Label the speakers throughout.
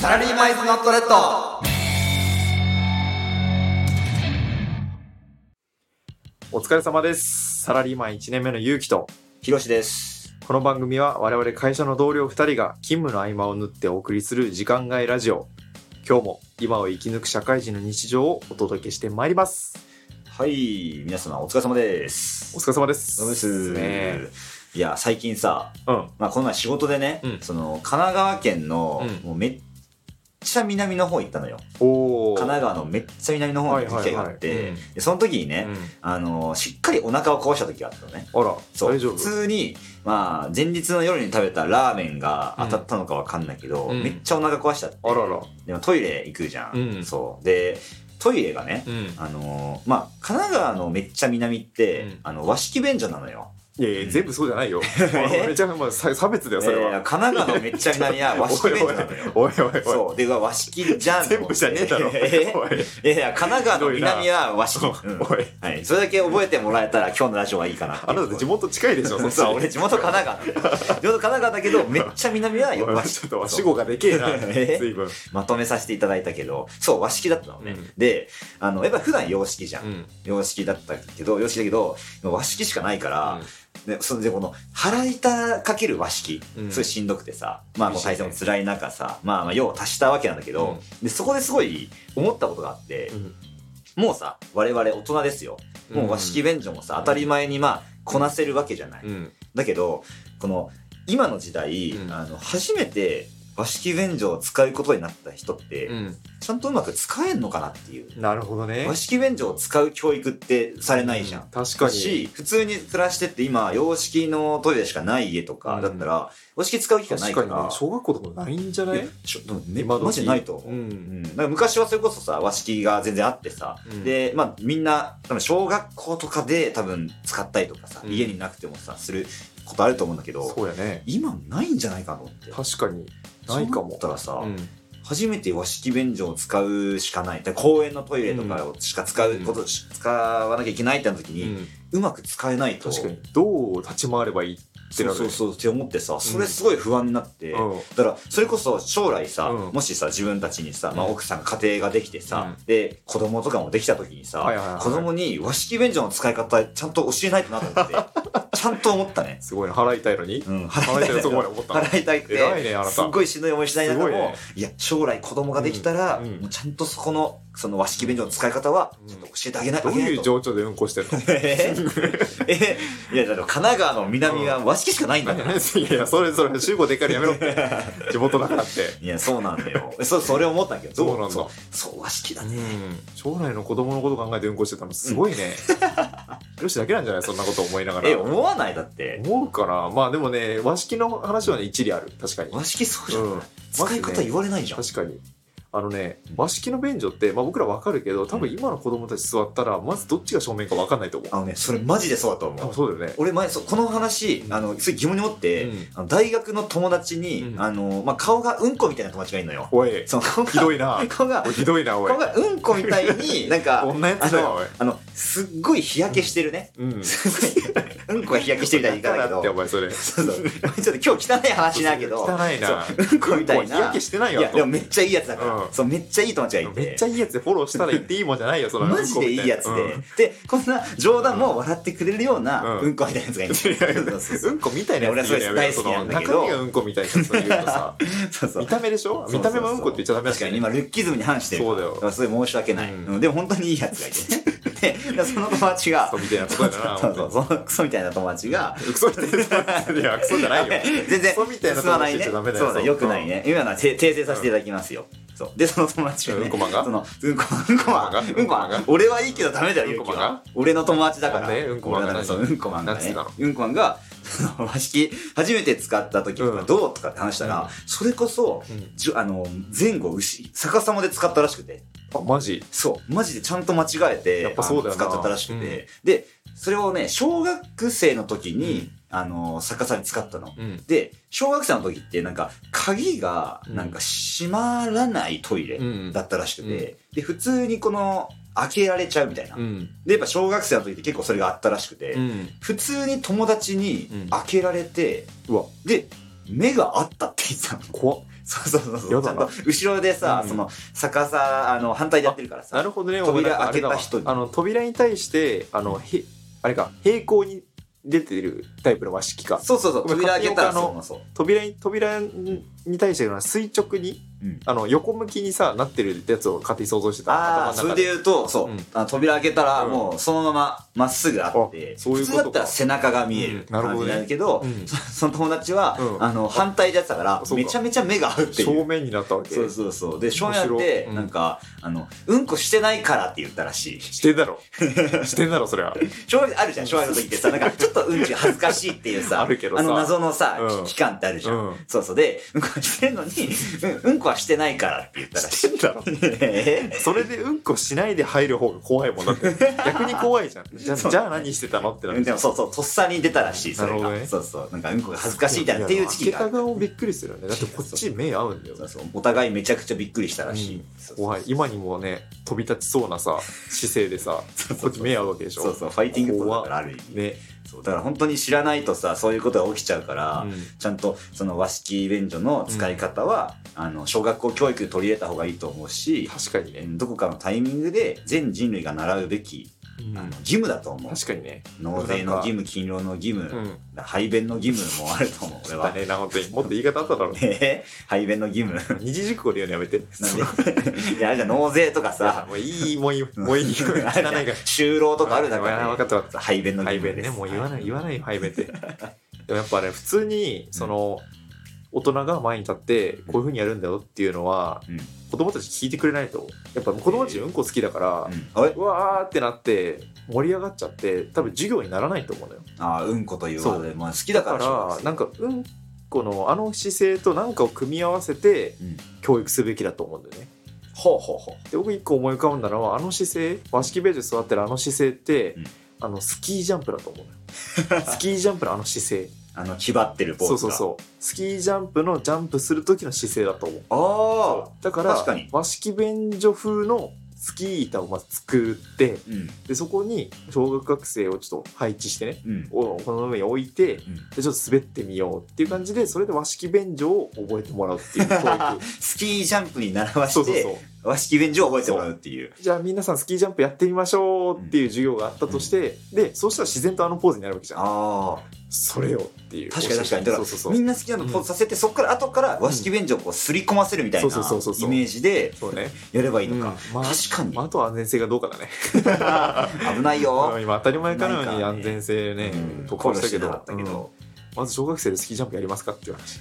Speaker 1: サラリーマイズノットレッド
Speaker 2: お疲れ様です。サラリーマン1年目のゆうきと、
Speaker 1: ひろしです
Speaker 2: この番組は我々会社の同僚2人が勤務の合間を縫ってお送りする時間外ラジオ。今日も今を生き抜く社会人の日常をお届けしてまいります。
Speaker 1: はい皆様お疲れ様です
Speaker 2: お疲れ様です。
Speaker 1: お疲れ様です
Speaker 2: ね
Speaker 1: いや最近さ、
Speaker 2: うん。
Speaker 1: まあ、この前仕事でね、
Speaker 2: うん
Speaker 1: その神奈川県の、
Speaker 2: うん
Speaker 1: もうめっちゃ南の方行ったのよ
Speaker 2: おー。
Speaker 1: 神奈川のめっちゃ南の方に行く機会があって、
Speaker 2: はいはいはいうん
Speaker 1: でその時にね、あのしっかりお腹を壊した時があったのね
Speaker 2: うん、あら、
Speaker 1: そう
Speaker 2: 大丈
Speaker 1: 普
Speaker 2: 夫
Speaker 1: 通に、まあ、前日の夜に食べたラーメンが当たったのかわかんないけど、
Speaker 2: うん
Speaker 1: めっちゃお腹壊しちゃって、
Speaker 2: あらら。
Speaker 1: でもトイレ行くじゃん、
Speaker 2: うん
Speaker 1: そうでトイレがね、
Speaker 2: うん。
Speaker 1: あのーまあ神奈川のめっちゃ南って、
Speaker 2: うん
Speaker 1: あの和式便所なのよ、
Speaker 2: いやいや、全部そうじゃないよ。あのめちゃ、まあ、さ差別だ
Speaker 1: え
Speaker 2: よ、それ
Speaker 1: ー
Speaker 2: は。
Speaker 1: 神奈川のめっちゃ南 は和式便所なのよ
Speaker 2: おいおいおいおいおいおい。
Speaker 1: そうでうわ和式じゃんと
Speaker 2: 全
Speaker 1: 思っ
Speaker 2: 部
Speaker 1: て
Speaker 2: じゃねえだ ろ。
Speaker 1: え
Speaker 2: おい
Speaker 1: いやいや神奈川の南は和式、うん
Speaker 2: おい。
Speaker 1: はい、それだけ覚えてもらえたら今日のラジオはいいかなってい
Speaker 2: あ
Speaker 1: う
Speaker 2: なた地元近いでしょ、そっち
Speaker 1: そう俺地元神奈川地 元神奈川だけどめっちゃ南はよ
Speaker 2: おい
Speaker 1: 和
Speaker 2: ちょ
Speaker 1: 式
Speaker 2: っとわし ごがでけえな
Speaker 1: え、
Speaker 2: 随分。
Speaker 1: まとめさせていただいたけどそう和式だったのね、
Speaker 2: うん
Speaker 1: であのやっぱ普段洋式じゃん、
Speaker 2: うん。
Speaker 1: 洋式だったけど洋式だけど和式しかないから、でそれでこの腹板かける和式、
Speaker 2: うん
Speaker 1: それしんどくてさまあもう
Speaker 2: 厳しいね
Speaker 1: 体勢も辛い中さ、まあまあ用を足したわけなんだけど、でそこですごい思ったことがあって、もうさ我々大人ですよもう和式便所もさ、
Speaker 2: うん
Speaker 1: 当たり前にまあこなせるわけじゃない、
Speaker 2: うん。
Speaker 1: だけどこの今の時代、
Speaker 2: うん
Speaker 1: あの初めて和式便所を使うことになった人って、
Speaker 2: うん。
Speaker 1: ちゃんとうまく使えんのかなっていう
Speaker 2: なるほどね
Speaker 1: 和。式便所を使う教育ってされないじゃん
Speaker 2: う、確かに。
Speaker 1: し普通に暮らしてって今洋式のトイレしかない家とかだったら、洋式使う機会ないか
Speaker 2: 確からにね、小学校とかもないんじゃないい
Speaker 1: やちょっとね
Speaker 2: 今時
Speaker 1: マジないと思う、
Speaker 2: う。
Speaker 1: うんん、だから昔はそれこそさ和式が全然あってさ、
Speaker 2: うん
Speaker 1: で、まあ、みんな多分小学校とかで多分使ったりとかさ、
Speaker 2: うん
Speaker 1: 家になくてもさすることあると思うんだけど
Speaker 2: そうやね。
Speaker 1: 今ないんじゃないかと思って
Speaker 2: 確かに。ないか
Speaker 1: そう思
Speaker 2: も
Speaker 1: っ。たらさ、
Speaker 2: うん。
Speaker 1: 初めて和式便所を使うしかないだから公園のトイレとかをしか使うことし、使わなきゃいけないってなった時
Speaker 2: う
Speaker 1: に、
Speaker 2: ん
Speaker 1: うまく使えないと
Speaker 2: 確かに。どう立ち回ればいいって
Speaker 1: そ
Speaker 2: な
Speaker 1: う
Speaker 2: る
Speaker 1: そうそうって思ってさそれすごい不安になって、
Speaker 2: うん
Speaker 1: だからそれこそ将来さ、
Speaker 2: うん
Speaker 1: もしさ自分たちにさ、まあ、
Speaker 2: うん
Speaker 1: 奥さん家庭ができてさ、
Speaker 2: う
Speaker 1: で子供とかもできた時にさ、
Speaker 2: はいはいはい
Speaker 1: 子供に和式便所の使い方ちゃんと教えないとなと思 ってちゃんと思ったね。
Speaker 2: すごいな。払いたいのに。
Speaker 1: うん、
Speaker 2: 払いたいのそこまで思ったの。
Speaker 1: 払いたくて
Speaker 2: 偉いねあなた
Speaker 1: すっごいしんどい思いしない中も
Speaker 2: すごいね
Speaker 1: いや将来子供ができたら、
Speaker 2: うんうん
Speaker 1: もうちゃんとそこのその和式便所の使い方はちょっと教えてあげな,、
Speaker 2: どう
Speaker 1: あげない
Speaker 2: いう
Speaker 1: と。
Speaker 2: 情緒で運行してるの
Speaker 1: え えいやだから神奈川の南は和式しかないんだ
Speaker 2: 何
Speaker 1: か
Speaker 2: や
Speaker 1: ら、
Speaker 2: ね んいやいや、それそれ、集合でっかいのやめろって。地元だからって。
Speaker 1: いやそうなんだよそそれ思ったけど
Speaker 2: そうなんだ
Speaker 1: そうそう和式だね
Speaker 2: うん、将来の子供のこと考えて運行してたのすごい ね。ひろしだけなんじゃないそんなこと思いながら
Speaker 1: え。思わないだって
Speaker 2: 思うから、まあでもね、和式の話はね、一理ある。確かに。
Speaker 1: 和式そうじゃん、
Speaker 2: うん
Speaker 1: 使い方言われないじゃん、
Speaker 2: 確かに。あのね、和式の便所って、まあ僕らわかるけど、多分今の子供たち座ったら、まずどっちが正面かわかんないと思う。
Speaker 1: あのねそれマジでそうだと
Speaker 2: 多
Speaker 1: 思う
Speaker 2: 分そうだよね。
Speaker 1: 俺前そうこの話あのすごい疑問に思って、
Speaker 2: うん
Speaker 1: あの大学の友達に、
Speaker 2: うん
Speaker 1: あのまあ、顔がうんこみたいな友達がいるのよ
Speaker 2: おい、
Speaker 1: その顔が
Speaker 2: ひどいな。
Speaker 1: 顔が
Speaker 2: おいひどいな、おい
Speaker 1: 顔。がうんこみたい になん
Speaker 2: こ
Speaker 1: か
Speaker 2: んなや
Speaker 1: あ
Speaker 2: つだよ、
Speaker 1: の
Speaker 2: おい。
Speaker 1: あのすっごい日焼けしてる ね、
Speaker 2: うん。
Speaker 1: すごいうんこが日焼けしてるみたいに言い方だ
Speaker 2: だ
Speaker 1: け
Speaker 2: って、
Speaker 1: ど
Speaker 2: お前それ。
Speaker 1: そうそうちょっと今日汚い話だけど
Speaker 2: 汚いな。
Speaker 1: うんこみたい
Speaker 2: 日
Speaker 1: な
Speaker 2: 焼けしてない
Speaker 1: い
Speaker 2: よ。
Speaker 1: やでもめっちゃいいやつだから、
Speaker 2: うん
Speaker 1: そうめっちゃいい友達がいて
Speaker 2: めっちゃいいやつでフォローしたら言っていいもんじゃないよ、その
Speaker 1: マジでいいやつで、でこんな冗談も笑ってくれるような
Speaker 2: う
Speaker 1: う
Speaker 2: ん
Speaker 1: んこみたいなやつがいる、そうそう
Speaker 2: う
Speaker 1: そうん
Speaker 2: こみたいなやつ言うのやめろそ
Speaker 1: 俺はそれ大好きな
Speaker 2: の
Speaker 1: んだけど
Speaker 2: 中身がうんこみたいなやつ言うとさ
Speaker 1: そうそう
Speaker 2: 見た目でしょ 見た目もうんこって言っちゃダメだ
Speaker 1: 確かに今ルッキズムに反してる
Speaker 2: そうだよ
Speaker 1: からすごい申し訳ない、
Speaker 2: うん
Speaker 1: うんでも本当にいいやつがい てねででその友達が
Speaker 2: クソみたいな友達だ な
Speaker 1: そうそうそうそのクソみたいな友達が
Speaker 2: クソみたいなやついやクソじゃないよ
Speaker 1: 全然
Speaker 2: クソみたいな
Speaker 1: 進ま
Speaker 2: 友
Speaker 1: ない
Speaker 2: 達
Speaker 1: ね
Speaker 2: 言っちゃ
Speaker 1: そ
Speaker 2: ダ
Speaker 1: う
Speaker 2: メだよ
Speaker 1: だよくないね今のはて訂正させていただきますよ、そうでその友達がね
Speaker 2: うんこマンが
Speaker 1: そのうんこうんこマンが
Speaker 2: うんこマンが
Speaker 1: うんこマンが俺はいいけどダメだよ
Speaker 2: うん
Speaker 1: ゆう
Speaker 2: こ
Speaker 1: き
Speaker 2: マンが
Speaker 1: は俺の友達だから
Speaker 2: ねうんこマンが
Speaker 1: 俺はダメそううんこマンが
Speaker 2: なんつっ
Speaker 1: ね
Speaker 2: てたの
Speaker 1: うんこマンがその和式初めて使った時とか
Speaker 2: うん
Speaker 1: どうとかって話したら、
Speaker 2: うん
Speaker 1: それこそ、
Speaker 2: うん
Speaker 1: じゅあの前後牛逆さまで使ったらしくて
Speaker 2: あマジ
Speaker 1: そう、マジでちゃんと間違えて、
Speaker 2: やっぱそうだよ
Speaker 1: あの使
Speaker 2: な
Speaker 1: っちゃったらしくて、
Speaker 2: う
Speaker 1: で、それをね、小学生の時に、あの、逆さに使ったの。
Speaker 2: うん
Speaker 1: で、小学生の時って、なんか、鍵が、
Speaker 2: うん
Speaker 1: なんか、閉まらないトイレ
Speaker 2: うん
Speaker 1: だったらしくて、で、普通にこの、開けられちゃうみたいな。
Speaker 2: うん
Speaker 1: で、やっぱ小学生の時って結構それがあったらしくて、
Speaker 2: うん
Speaker 1: 普通に友達に
Speaker 2: うん
Speaker 1: 開けられて、
Speaker 2: うわ
Speaker 1: で、目があったって言ってたの。
Speaker 2: 怖っ
Speaker 1: そうそうそうそ
Speaker 2: や
Speaker 1: うちゃ
Speaker 2: だ
Speaker 1: ん
Speaker 2: な
Speaker 1: と後ろでさ、
Speaker 2: うん
Speaker 1: その逆さあの反対でやってるから
Speaker 2: な
Speaker 1: さ
Speaker 2: るほどね、
Speaker 1: 扉
Speaker 2: お前なんかあれだわ
Speaker 1: 開けた人に
Speaker 2: あの、扉に対して、あの、へ、あれか、平行に出てるタイプの和式か。
Speaker 1: そうそうそう
Speaker 2: ごめん
Speaker 1: 扉開けたら
Speaker 2: 勝手
Speaker 1: そ
Speaker 2: に
Speaker 1: うそう
Speaker 2: 扉に、扉に対しての垂直に、
Speaker 1: うん
Speaker 2: あの、横向きにさ、なってるやつを勝手に想像してた。
Speaker 1: ああ
Speaker 2: 頭
Speaker 1: そ
Speaker 2: の
Speaker 1: れ
Speaker 2: 中
Speaker 1: で言うとそう、
Speaker 2: うん
Speaker 1: あの扉開けたら
Speaker 2: うん
Speaker 1: もうそのまままっすぐあって、
Speaker 2: あそういう
Speaker 1: 普通
Speaker 2: ことか
Speaker 1: だったら背中が見える
Speaker 2: うんなる
Speaker 1: 感
Speaker 2: ほ
Speaker 1: じ
Speaker 2: どね
Speaker 1: なんだけど、
Speaker 2: うん
Speaker 1: そその友達は、
Speaker 2: うん
Speaker 1: あの反対でやってたから
Speaker 2: そう
Speaker 1: め
Speaker 2: か
Speaker 1: ちゃめちゃ目が合うっていう
Speaker 2: 正面になったわけ。
Speaker 1: そうそうそうで正面あって、
Speaker 2: うん
Speaker 1: なんかあのうんこしてないからって言ったらしい
Speaker 2: してん だろ。してんだろ、そりゃ。
Speaker 1: 小学あるじゃん小学の時ってさなんかちょっとうんちが恥ずかしいっていうさ
Speaker 2: あるけどさ
Speaker 1: の謎のさ、
Speaker 2: うん
Speaker 1: 危機感ってあるじゃん、
Speaker 2: うん
Speaker 1: そうそうでうんこしてるのに、うん、うんこはしてないからって言ったらしい
Speaker 2: してんだろ。
Speaker 1: え
Speaker 2: それでうんこしないで入る方が怖いもんだって。 逆に怖いじゃん。じゃあ、
Speaker 1: そう
Speaker 2: じゃあ何してたのってな
Speaker 1: ー
Speaker 2: る。
Speaker 1: でもそうそうとっさに出たらしいそれ
Speaker 2: なる
Speaker 1: が、
Speaker 2: ほどね
Speaker 1: そうそうなんかうんこが恥ずかしいみたいなっていう時期
Speaker 2: や
Speaker 1: が
Speaker 2: 開けた側もびっくりするよね。だってこっち目合うんだよ
Speaker 1: そ。うそうお互いめちゃくちゃびっくりしたらしい、
Speaker 2: うん
Speaker 1: そうそう
Speaker 2: 怖い今にもね飛び立ちそうなさ姿勢でさ
Speaker 1: そう
Speaker 2: こっち目合うわけでしょ
Speaker 1: そうそうファイティングポーズだからある意味
Speaker 2: ね、
Speaker 1: そうだから本当に知らないとさそういうことが起きちゃうから、
Speaker 2: うん
Speaker 1: ちゃんとその和式便所の使い方は、あの小学校教育で取り入れた方がいいと思うし、
Speaker 2: 確かに
Speaker 1: え
Speaker 2: ね、
Speaker 1: ーどこかのタイミングで全人類が習うべき、あの
Speaker 2: うん
Speaker 1: 義務だと思う
Speaker 2: 確かにね
Speaker 1: 納税の義務勤労の義務、
Speaker 2: うん
Speaker 1: 排便の義務もあると思う俺
Speaker 2: だ
Speaker 1: は、
Speaker 2: ねな本当にもっと言い方あっただ ろう
Speaker 1: えー 排便の義務
Speaker 2: 二次熟語で言うのやめて
Speaker 1: なんで いやあれじゃ納税とかさ
Speaker 2: もういいもういい もういい
Speaker 1: あれ じゃん
Speaker 2: 汚いから
Speaker 1: 就労とかあるだか
Speaker 2: うん
Speaker 1: ら、
Speaker 2: 分か った分かっ
Speaker 1: 排便の
Speaker 2: た
Speaker 1: 義
Speaker 2: 排
Speaker 1: 務で
Speaker 2: 便
Speaker 1: す
Speaker 2: ねもう言わない言わないよ排便ってでもやっぱね普通にその、大人が前に立ってこういうふうにやるんだよっていうのは、
Speaker 1: うん
Speaker 2: 子供たち聞いてくれないとやっぱ子供たちうんこ好きだか
Speaker 1: う
Speaker 2: ら、
Speaker 1: ん、あれ
Speaker 2: うわーってなって盛り上がっちゃって多分授業にならないと思うのよ
Speaker 1: あーうんこというワードで、まあ、好きだ
Speaker 2: だ
Speaker 1: か
Speaker 2: かららなん
Speaker 1: か、
Speaker 2: かうんこのあの姿勢となんかを組み合わせて
Speaker 1: うん、
Speaker 2: 教育すべきだと思うんだよね
Speaker 1: ほうほうほ
Speaker 2: で僕一個思い浮かんだのはあの姿勢和式ベージュ座ってるあの姿勢って、
Speaker 1: うん
Speaker 2: あのスキージャンプだと思う のよスキージャンプのあの姿
Speaker 1: う
Speaker 2: 勢
Speaker 1: あの気張ってるポーズ
Speaker 2: そ
Speaker 1: が
Speaker 2: うそうそうスキージャンプのジャンプする時の姿勢だと思う
Speaker 1: あ
Speaker 2: だから
Speaker 1: 確かに
Speaker 2: 和式便所風のスキー板をまず作って
Speaker 1: あうん
Speaker 2: でそこに小学学生をちょっと配置してね
Speaker 1: うん
Speaker 2: をこの上に置いて、
Speaker 1: ん
Speaker 2: でちょっと滑ってみようっていう感じでそれで和式便所を覚えてもらうっ ていう教育
Speaker 1: スキージャンプに習わして
Speaker 2: そうそうそう
Speaker 1: 和式便所を覚えてもらうっていう
Speaker 2: じゃあ皆さんスキージャンプやってみましょうっていう授業があったとして、でそうしたら自然とあのポーズになるわけじゃん
Speaker 1: あ
Speaker 2: それよっていう
Speaker 1: 確かに確かにだから
Speaker 2: そうそ
Speaker 1: あ
Speaker 2: うそ
Speaker 1: み
Speaker 2: うん
Speaker 1: な好きなのポーズさせて、そこから後から和式便所をこうすり込ませるみたいなイメ
Speaker 2: そうそうそうそう
Speaker 1: ージで
Speaker 2: そうね、
Speaker 1: やればいい
Speaker 2: うん
Speaker 1: の
Speaker 2: ま
Speaker 1: か、
Speaker 2: あ
Speaker 1: 確かに
Speaker 2: まあ、あとは安全性がどうかだね
Speaker 1: 危ないよ、
Speaker 2: 今当たり前かのように
Speaker 1: なんかね
Speaker 2: 安全性ね
Speaker 1: うん
Speaker 2: 特攻した
Speaker 1: 考慮して
Speaker 2: け
Speaker 1: な
Speaker 2: ど
Speaker 1: かったけど
Speaker 2: うんまず小学生でスキージャンプやりますかっていう話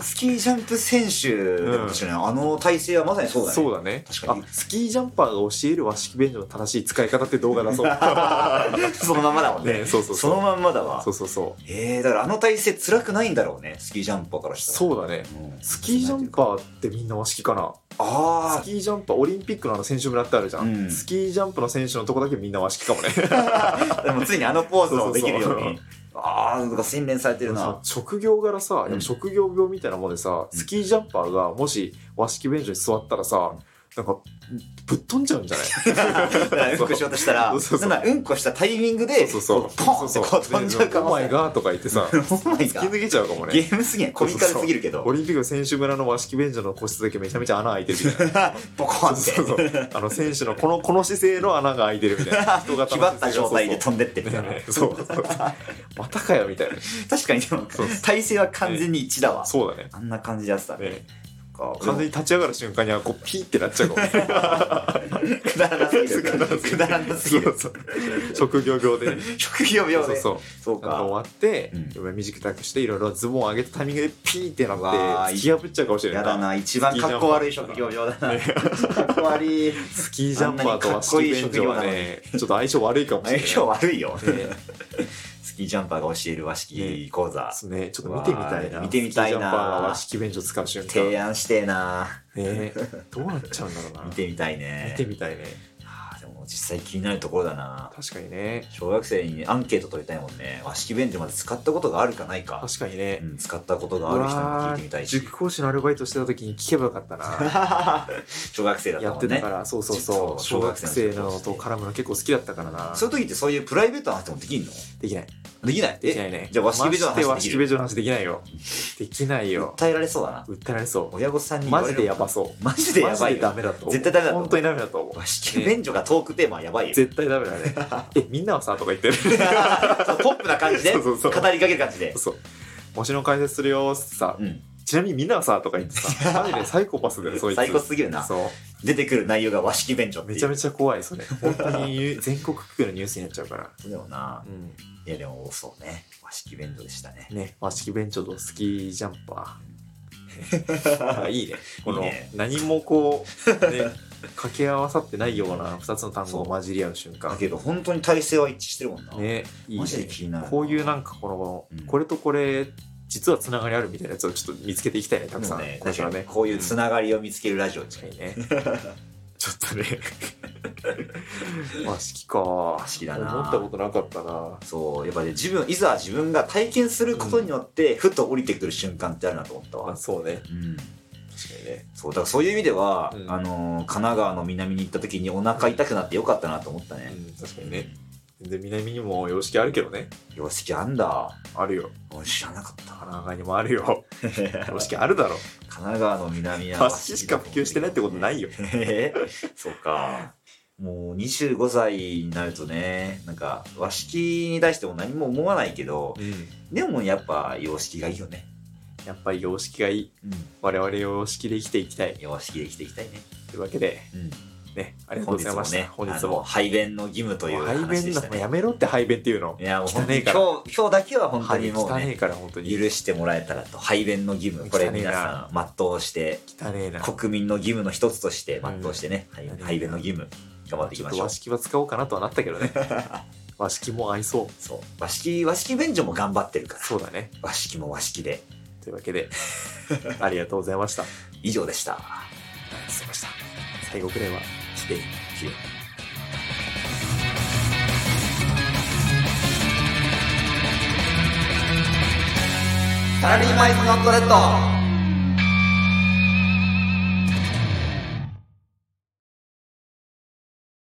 Speaker 1: スキージャンプ選手でも確かにあの体勢はまさにそうだね
Speaker 2: そうだね
Speaker 1: 確かに
Speaker 2: あスキージャンパーが教える和式便所の正しい使い方って動画だそう
Speaker 1: そのまんまだもんね
Speaker 2: ねそうそうそ
Speaker 1: そ
Speaker 2: う
Speaker 1: のまんまだわ
Speaker 2: そうそうそう
Speaker 1: えー、だからあの体勢辛くないんだろうねスキージャンパーからしたら
Speaker 2: そうだね
Speaker 1: うん
Speaker 2: スキージャンパーってみんな和式かなス
Speaker 1: あ
Speaker 2: キージャンパーオリンピックのあの選手村ってあるじゃん、
Speaker 1: うん
Speaker 2: スキージャンプの選手のとこだけみんな和式かもね
Speaker 1: あでもついにあのポーズもできるよう
Speaker 2: そうそう
Speaker 1: にああなんか洗練されてる
Speaker 2: さ
Speaker 1: な
Speaker 2: 職業柄さ、
Speaker 1: うん
Speaker 2: 職業病みたいなもんでさスキージャンパーがもし和式便所に座ったらさなんかぶっ飛んじゃうんじ ゃない
Speaker 1: だからうんこしようとしたら
Speaker 2: そうそうそう
Speaker 1: なんならうんこしたタイミングで
Speaker 2: そうそうそ
Speaker 1: こう
Speaker 2: う
Speaker 1: ポンって
Speaker 2: そう
Speaker 1: こ
Speaker 2: そう
Speaker 1: う飛んじゃうか
Speaker 2: お
Speaker 1: も
Speaker 2: 前がとか言ってさ
Speaker 1: お前
Speaker 2: 突
Speaker 1: が
Speaker 2: き抜けちゃうかも
Speaker 1: ゲ
Speaker 2: ね
Speaker 1: ームすぎないコミカルすぎるけど
Speaker 2: オリンピックの選手村の和式便所の個室だけめちゃめちゃ穴開いてるみたいな
Speaker 1: ボコンっ
Speaker 2: そうそう
Speaker 1: て
Speaker 2: そうあの選手のこのこの姿勢の穴が開いてるみたいな人
Speaker 1: 決まった状態で
Speaker 2: そうそう
Speaker 1: 飛んでってみたいな
Speaker 2: ねそうそうそうまたかよみたいな
Speaker 1: 確かにでも体勢は完全に一致だわ
Speaker 2: そうだね
Speaker 1: あんな感じでやってたね
Speaker 2: ね
Speaker 1: そっか
Speaker 2: 完全に立ち上がる瞬間にはこうピーってなっちゃ うかも
Speaker 1: くだらなすぎる
Speaker 2: くだらなすぎ
Speaker 1: く
Speaker 2: る
Speaker 1: だらなすぎる
Speaker 2: そうそう職業病でね
Speaker 1: 職業
Speaker 2: そ
Speaker 1: 病
Speaker 2: う
Speaker 1: で
Speaker 2: そう
Speaker 1: そう
Speaker 2: なんか
Speaker 1: か
Speaker 2: 終わって
Speaker 1: う
Speaker 2: 短くしていろいろズボンを上げたタイミングでピーってな
Speaker 1: うわー
Speaker 2: って突き破っちゃうかもしれな
Speaker 1: や
Speaker 2: い
Speaker 1: だな一番かっこ悪い職業病だなかっこ悪い
Speaker 2: スキージャンパーと和式便所はねちょっと相性悪いかもしれ
Speaker 1: 相
Speaker 2: ない
Speaker 1: 性悪いよ
Speaker 2: ね
Speaker 1: スキージャンパーが教える和式講座
Speaker 2: そうねちょっと見てみたいう
Speaker 1: わ
Speaker 2: な
Speaker 1: ー見てみたいな
Speaker 2: スキージャンパーが和式便所使う瞬間
Speaker 1: 提
Speaker 2: ね
Speaker 1: 案してえな
Speaker 2: どうなっちゃうんだろうな
Speaker 1: 見てみたいね
Speaker 2: 見てみたいね
Speaker 1: あーでも実際気になるところだな
Speaker 2: 確かにね
Speaker 1: 小学生にアンケート取りたいもんね和式便所まで使ったことがあるかないか、
Speaker 2: 確かにね
Speaker 1: う、ん、使ったことがある人に聞いてみたいし
Speaker 2: 塾講師のアルバイトしてた時に聞けばよかっ たな
Speaker 1: 小学生だった
Speaker 2: や
Speaker 1: も
Speaker 2: っ
Speaker 1: んね
Speaker 2: てたから、そうそうそう
Speaker 1: 小
Speaker 2: 小
Speaker 1: 学
Speaker 2: 学
Speaker 1: 生
Speaker 2: 生
Speaker 1: の
Speaker 2: の
Speaker 1: 時
Speaker 2: と絡むの結構好きだったからな
Speaker 1: そういう時ってそういうプライベートな話もできんの
Speaker 2: できない
Speaker 1: できない
Speaker 2: できないね
Speaker 1: えじゃあ和式便所の
Speaker 2: まして
Speaker 1: 話
Speaker 2: 和
Speaker 1: でき
Speaker 2: 式
Speaker 1: る
Speaker 2: ベジョの話できな いよできないよ
Speaker 1: 訴えられそうだな
Speaker 2: 訴えられそう
Speaker 1: 親御さんに言わ
Speaker 2: マ
Speaker 1: れ
Speaker 2: ジ
Speaker 1: る
Speaker 2: でやばそう
Speaker 1: マジでやば
Speaker 2: マジ
Speaker 1: い
Speaker 2: で
Speaker 1: よ
Speaker 2: ダメだと思う
Speaker 1: 絶対ダメだと思う
Speaker 2: 本当にダメだと思う
Speaker 1: 和式便所がトークテーマはやばいよ
Speaker 2: 絶対ダメだ ねえみんなはさとか言ってる
Speaker 1: そうポップな感じで
Speaker 2: そ
Speaker 1: 語
Speaker 2: うそうそう
Speaker 1: りかける感じで
Speaker 2: そう推しの解説するよーさ
Speaker 1: うん
Speaker 2: ちなみにみんなはさとか言って さマジでサイコパスだよそいつ
Speaker 1: 最高すぎるな
Speaker 2: そ
Speaker 1: 出てくる内容が和式便所っ
Speaker 2: う
Speaker 1: て
Speaker 2: め
Speaker 1: いう
Speaker 2: ちゃめちゃ怖いそ れ本当にニュ 全国区のニュースになっちゃうから
Speaker 1: でもな
Speaker 2: うん
Speaker 1: いやでもそうね和式便所でしたね
Speaker 2: ね和式ベンチョとスキージャンパ ーあいいねこの
Speaker 1: いいね
Speaker 2: 何もこ う、ね、掛け合わさってないような2つの単語を混じり合う瞬
Speaker 1: だ
Speaker 2: 間
Speaker 1: けど本当に体勢は一致してるもんな、
Speaker 2: ねいい
Speaker 1: マ
Speaker 2: ね
Speaker 1: ジで気になる
Speaker 2: こういうなん
Speaker 1: か
Speaker 2: かこの、
Speaker 1: うん
Speaker 2: これとこれ実はつながりあるみたいなやつをちょっと見つけていきたいねたくさん、
Speaker 1: ね
Speaker 2: 今
Speaker 1: 確
Speaker 2: 週
Speaker 1: か
Speaker 2: は
Speaker 1: に
Speaker 2: ね
Speaker 1: こういうつながりを見つけるラジオ
Speaker 2: 確かにね ちょっとねまあ好きか
Speaker 1: 和式だな
Speaker 2: 思ったことなかったな
Speaker 1: そうやっぱね自分いざ自分が体験することによって、ふと降りてくる瞬間ってあるなと思ったわ、
Speaker 2: あそうね
Speaker 1: うん
Speaker 2: 確かにね
Speaker 1: そうだからそういう意味では、
Speaker 2: うん
Speaker 1: あのー神奈川の南に行った時にお腹痛くなってよかったなと思ったね、
Speaker 2: うん確かにねで南にも様式あるけどね
Speaker 1: 様式あんだ
Speaker 2: あるよ
Speaker 1: 俺知らなかった
Speaker 2: 神奈川にもあ るよ様式あるだろ
Speaker 1: 神奈川の南は
Speaker 2: 和式しか普及してないってことないよ
Speaker 1: へえ そうか。もう25歳になるとね、なんか和式に対しても何も思わないけど、
Speaker 2: うん
Speaker 1: でもやっぱ洋式がいいよね。
Speaker 2: やっぱり様式がいい
Speaker 1: うん。
Speaker 2: 我々様式で生きていきたい
Speaker 1: 洋式で生きていきたいね。
Speaker 2: というわけで
Speaker 1: うん。
Speaker 2: ねありがとうございました本日
Speaker 1: あの
Speaker 2: も
Speaker 1: 排便の義務という
Speaker 2: 排
Speaker 1: 話でし
Speaker 2: 便
Speaker 1: た
Speaker 2: だもう
Speaker 1: ね。
Speaker 2: やめろって排便っていうの
Speaker 1: いやもう本当に
Speaker 2: 汚ねえ
Speaker 1: 今
Speaker 2: から
Speaker 1: 日、今日だけは本当
Speaker 2: はい
Speaker 1: にもう
Speaker 2: 汚ねえ
Speaker 1: ね、
Speaker 2: から本当に
Speaker 1: 許してもらえたらと。排便の義務、これ
Speaker 2: 汚ねえ
Speaker 1: 皆
Speaker 2: な
Speaker 1: さん全うして、
Speaker 2: 汚ねえな
Speaker 1: 国民の義務の一つとして全うしてね、はい
Speaker 2: 汚ねえな
Speaker 1: 排便の義務、頑張ってい
Speaker 2: ち
Speaker 1: き
Speaker 2: ょ
Speaker 1: ま
Speaker 2: っ
Speaker 1: し
Speaker 2: と
Speaker 1: ょう
Speaker 2: 和。式は使おうかなとはなったけど ね和式も合いそう
Speaker 1: そう。和式、和式便所も頑張ってるから。
Speaker 2: そうだね
Speaker 1: 和式も和式で。
Speaker 2: というわ けでありがとうございました
Speaker 1: 以上でした。
Speaker 2: 失礼ました最後くらいは
Speaker 1: して、きれいサラリーマイズノットレッド